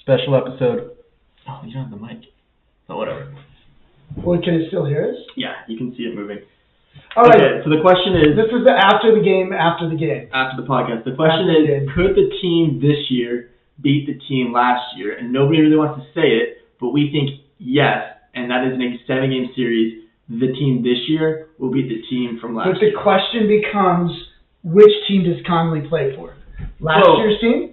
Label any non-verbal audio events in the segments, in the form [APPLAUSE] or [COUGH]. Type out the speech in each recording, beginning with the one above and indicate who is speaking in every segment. Speaker 1: special episode. Oh, you don't have the mic. But whatever.
Speaker 2: Well, can you still hear us?
Speaker 1: Yeah, you can see it moving.
Speaker 2: All right.
Speaker 1: okay, so the question is
Speaker 2: This is the after the game, after the game.
Speaker 1: after the podcast. The question
Speaker 2: After
Speaker 1: is,
Speaker 2: the game.
Speaker 1: could the team this year beat the team last year? And nobody really wants to say it, but we think yes, and that is an seven game series. The team this year will beat the team from last
Speaker 2: But the
Speaker 1: year.
Speaker 2: question becomes, which team does Conley play for? Last
Speaker 1: Well-
Speaker 2: year's team?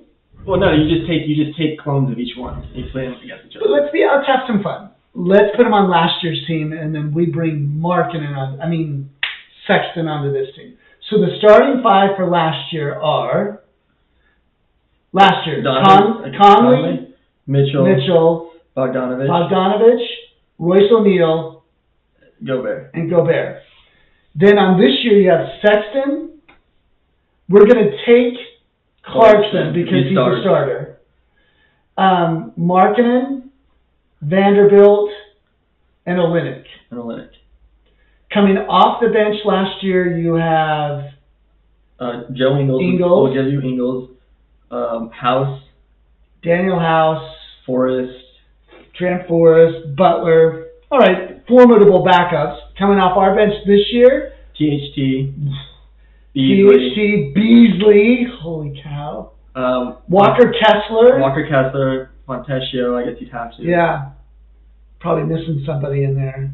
Speaker 1: Well, no, you just take you just take clones of each one and you play them against each
Speaker 2: But
Speaker 1: other.
Speaker 2: let's be, let's have some fun. Let's put him on last year's team, and then we bring Markkinen on, I mean, Sexton onto this team. So the starting five for last year are, last year, Con-
Speaker 1: Donovan-
Speaker 2: Conley,
Speaker 1: Mitchell,
Speaker 2: Mitchell,
Speaker 1: Bogdanovich,
Speaker 2: Bogdanovich, Royce O'Neal,
Speaker 1: Gobert.
Speaker 2: and Gobert. Then on this year, you have Sexton. We're going to take Clarkson
Speaker 1: Clarkson,
Speaker 2: because
Speaker 1: he
Speaker 2: he's a
Speaker 1: starts.
Speaker 2: starter. Um, Markkinen, Vanderbilt, and Olenek.
Speaker 1: And Olenek.
Speaker 2: Coming off the bench last year, you have
Speaker 1: Uh, Joe Ingles.
Speaker 2: Ingles.
Speaker 1: We'll give you Ingles. Um, House,
Speaker 2: Daniel House,
Speaker 1: Forrest.
Speaker 2: Trent Forrest, Butler. All right, formidable backups. Coming off our bench this year,
Speaker 1: THT, Beasley,
Speaker 2: THT, Beasley, holy cow,
Speaker 1: um,
Speaker 2: Walker Kessler.
Speaker 1: Walker Kessler, Fontecchio. I guess you'd have to.
Speaker 2: Yeah. Probably missing somebody in there.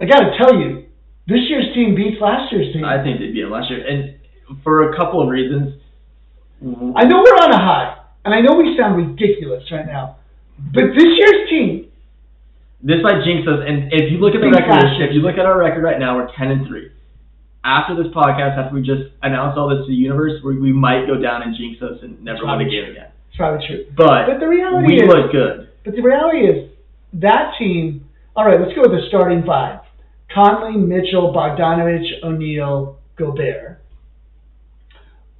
Speaker 2: I got to tell you, this year's team beats last year's team.
Speaker 1: I think they'd be in last year, and for a couple of reasons.
Speaker 2: I know we're on a high, and I know we sound ridiculous right now, but this year's team,
Speaker 1: This might jinx us, and if you look at the
Speaker 2: Big
Speaker 1: record,
Speaker 2: flashes.
Speaker 1: if you look at our record right now, we're ten and three. After this podcast, after we just announced all this to the universe, we, we might go down and jinx us and never win a game again.
Speaker 2: it's probably true. But
Speaker 1: But
Speaker 2: the reality
Speaker 1: we
Speaker 2: is,
Speaker 1: look good.
Speaker 2: but the reality is, that team. All right, let's go with the starting five: Conley, Mitchell, Bogdanovich, O'Neal, Gobert,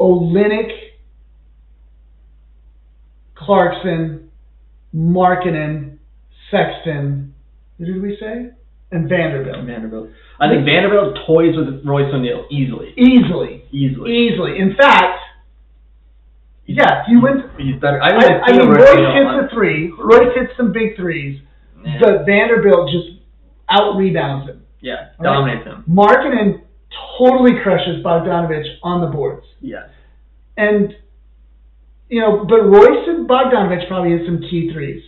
Speaker 2: Olenek, Clarkson, Markkinen, Sexton. Who did we say? And Vanderbilt.
Speaker 1: Vanderbilt. I think Vanderbilt toys with Royce O'Neal easily,
Speaker 2: Easily,
Speaker 1: easily.
Speaker 2: easily. In fact, yeah, he wins.
Speaker 1: He's better. I,
Speaker 2: I, I mean,
Speaker 1: Royce
Speaker 2: Royce
Speaker 1: O'Neal
Speaker 2: hits a three. Royce hits some big threes.
Speaker 1: on- Yeah.
Speaker 2: But Vanderbilt just out rebounds him.
Speaker 1: Yeah,
Speaker 2: All right.
Speaker 1: dominates him.
Speaker 2: Markkinen totally crushes Bogdanovich on the boards.
Speaker 1: Yes.
Speaker 2: And, you know, but Royce and Bogdanovich probably hit some key threes.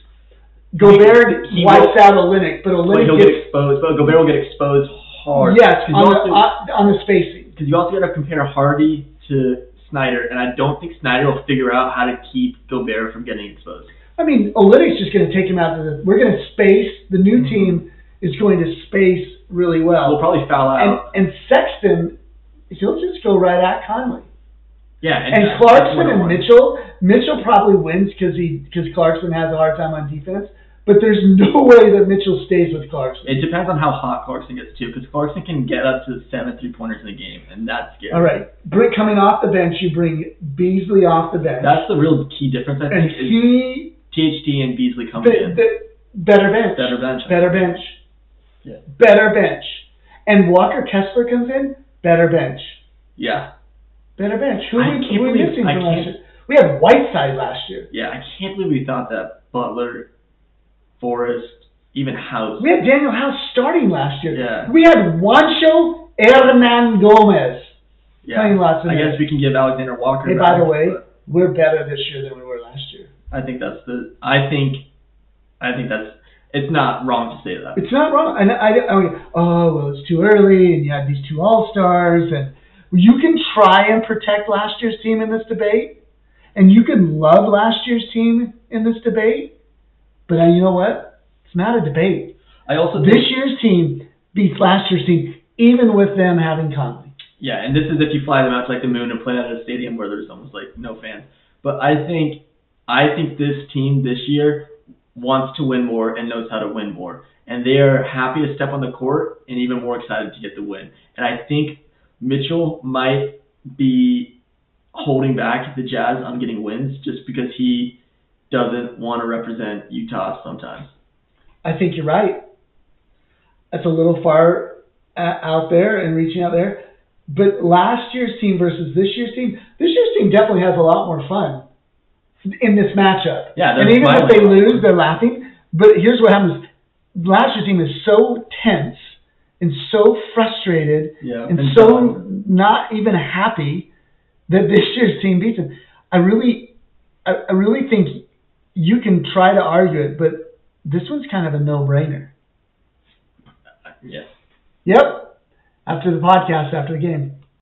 Speaker 2: Gobert
Speaker 1: he
Speaker 2: wipes
Speaker 1: will-
Speaker 2: out Olenek, but
Speaker 1: But
Speaker 2: Olenek
Speaker 1: he'll get
Speaker 2: gets,
Speaker 1: exposed. But Gobert will get exposed hard.
Speaker 2: yes,
Speaker 1: Because you,
Speaker 2: on the,
Speaker 1: also,
Speaker 2: uh, on the spacing.
Speaker 1: 'cause you also got to compare Hardy to Snyder, and I don't think Snyder will figure out how to keep Gobert from getting exposed.
Speaker 2: I mean, Olenek's just going to take him out to the, we're going to space, the new
Speaker 1: Mhm.
Speaker 2: team is going to space really
Speaker 1: We'll
Speaker 2: well.
Speaker 1: probably foul
Speaker 2: And,
Speaker 1: out.
Speaker 2: and Sexton, he'll just go right at Conley.
Speaker 1: yeah, and,
Speaker 2: And
Speaker 1: that's- that's
Speaker 2: Clarkson
Speaker 1: one
Speaker 2: and
Speaker 1: on one.
Speaker 2: Mitchell, Mitchell probably wins because he because Clarkson has a hard time on defense. But there's [LAUGHS] no way that Mitchell stays with Clarkson.
Speaker 1: It depends on how hot Clarkson gets too, because Clarkson can get up to seven three pointers in a game, and that's scary.
Speaker 2: All right, bring, coming off the bench, you bring Beasley off the bench,
Speaker 1: That's the real key difference, I
Speaker 2: and
Speaker 1: think, is
Speaker 2: he
Speaker 1: THT and Beasley
Speaker 2: the,
Speaker 1: coming in.
Speaker 2: the, better bench,
Speaker 1: Better bench.
Speaker 2: better bench,
Speaker 1: Yeah.
Speaker 2: better bench, and Walker Kessler comes in, better bench,
Speaker 1: Yeah.
Speaker 2: better bench. Who
Speaker 1: I
Speaker 2: are we,
Speaker 1: can't
Speaker 2: who are we
Speaker 1: believe-
Speaker 2: missing
Speaker 1: I
Speaker 2: from last
Speaker 1: can't-
Speaker 2: year? We had Whiteside last year.
Speaker 1: Yeah, I can't believe we thought that Butler, Forrest, even House.
Speaker 2: We had Daniel House starting last year.
Speaker 1: Yeah.
Speaker 2: We had Juancho Hernan Gomez.
Speaker 1: Yeah,
Speaker 2: playing lots of
Speaker 1: I
Speaker 2: minutes.
Speaker 1: guess we can give Alexander Walker.
Speaker 2: Hey,
Speaker 1: back,
Speaker 2: by the way,
Speaker 1: but
Speaker 2: we're better this year than we were last year.
Speaker 1: I think that's the. I think, I think that's. It's not wrong to say that.
Speaker 2: It's not wrong. And I, I mean, oh well, it's too early, and you had these two all stars, and you can try and protect last year's team in this debate, and you can love last year's team in this debate, but uh, you know what? It's not a debate.
Speaker 1: I also
Speaker 2: This
Speaker 1: think,
Speaker 2: year's team beats last year's team, even with them having Conley.
Speaker 1: yeah, and this is if you fly them out to like the moon and play out at a stadium where there's almost like no fans. But I think, I think this team this year wants to win more and knows how to win more, and they are happy to step on the court and even more excited to get the win. And I think Mitchell might be holding back the Jazz on getting wins just because he doesn't want to represent Utah sometimes.
Speaker 2: I think you're right. That's a little far uh, out there and reaching out there. But last year's team versus this year's team, this year's team definitely has a lot more fun. in this matchup.
Speaker 1: Yeah, they're
Speaker 2: and even if
Speaker 1: smiling.
Speaker 2: they lose, they're laughing. But here's what happens: last year's team is so tense and so frustrated
Speaker 1: Yeah,
Speaker 2: and,
Speaker 1: and
Speaker 2: so
Speaker 1: done.
Speaker 2: not even happy that this year's team beats them. I really, I, I really think you can try to argue it, but this one's kind of a no-brainer.
Speaker 1: Yes.
Speaker 2: Yep. After the podcast, after the game.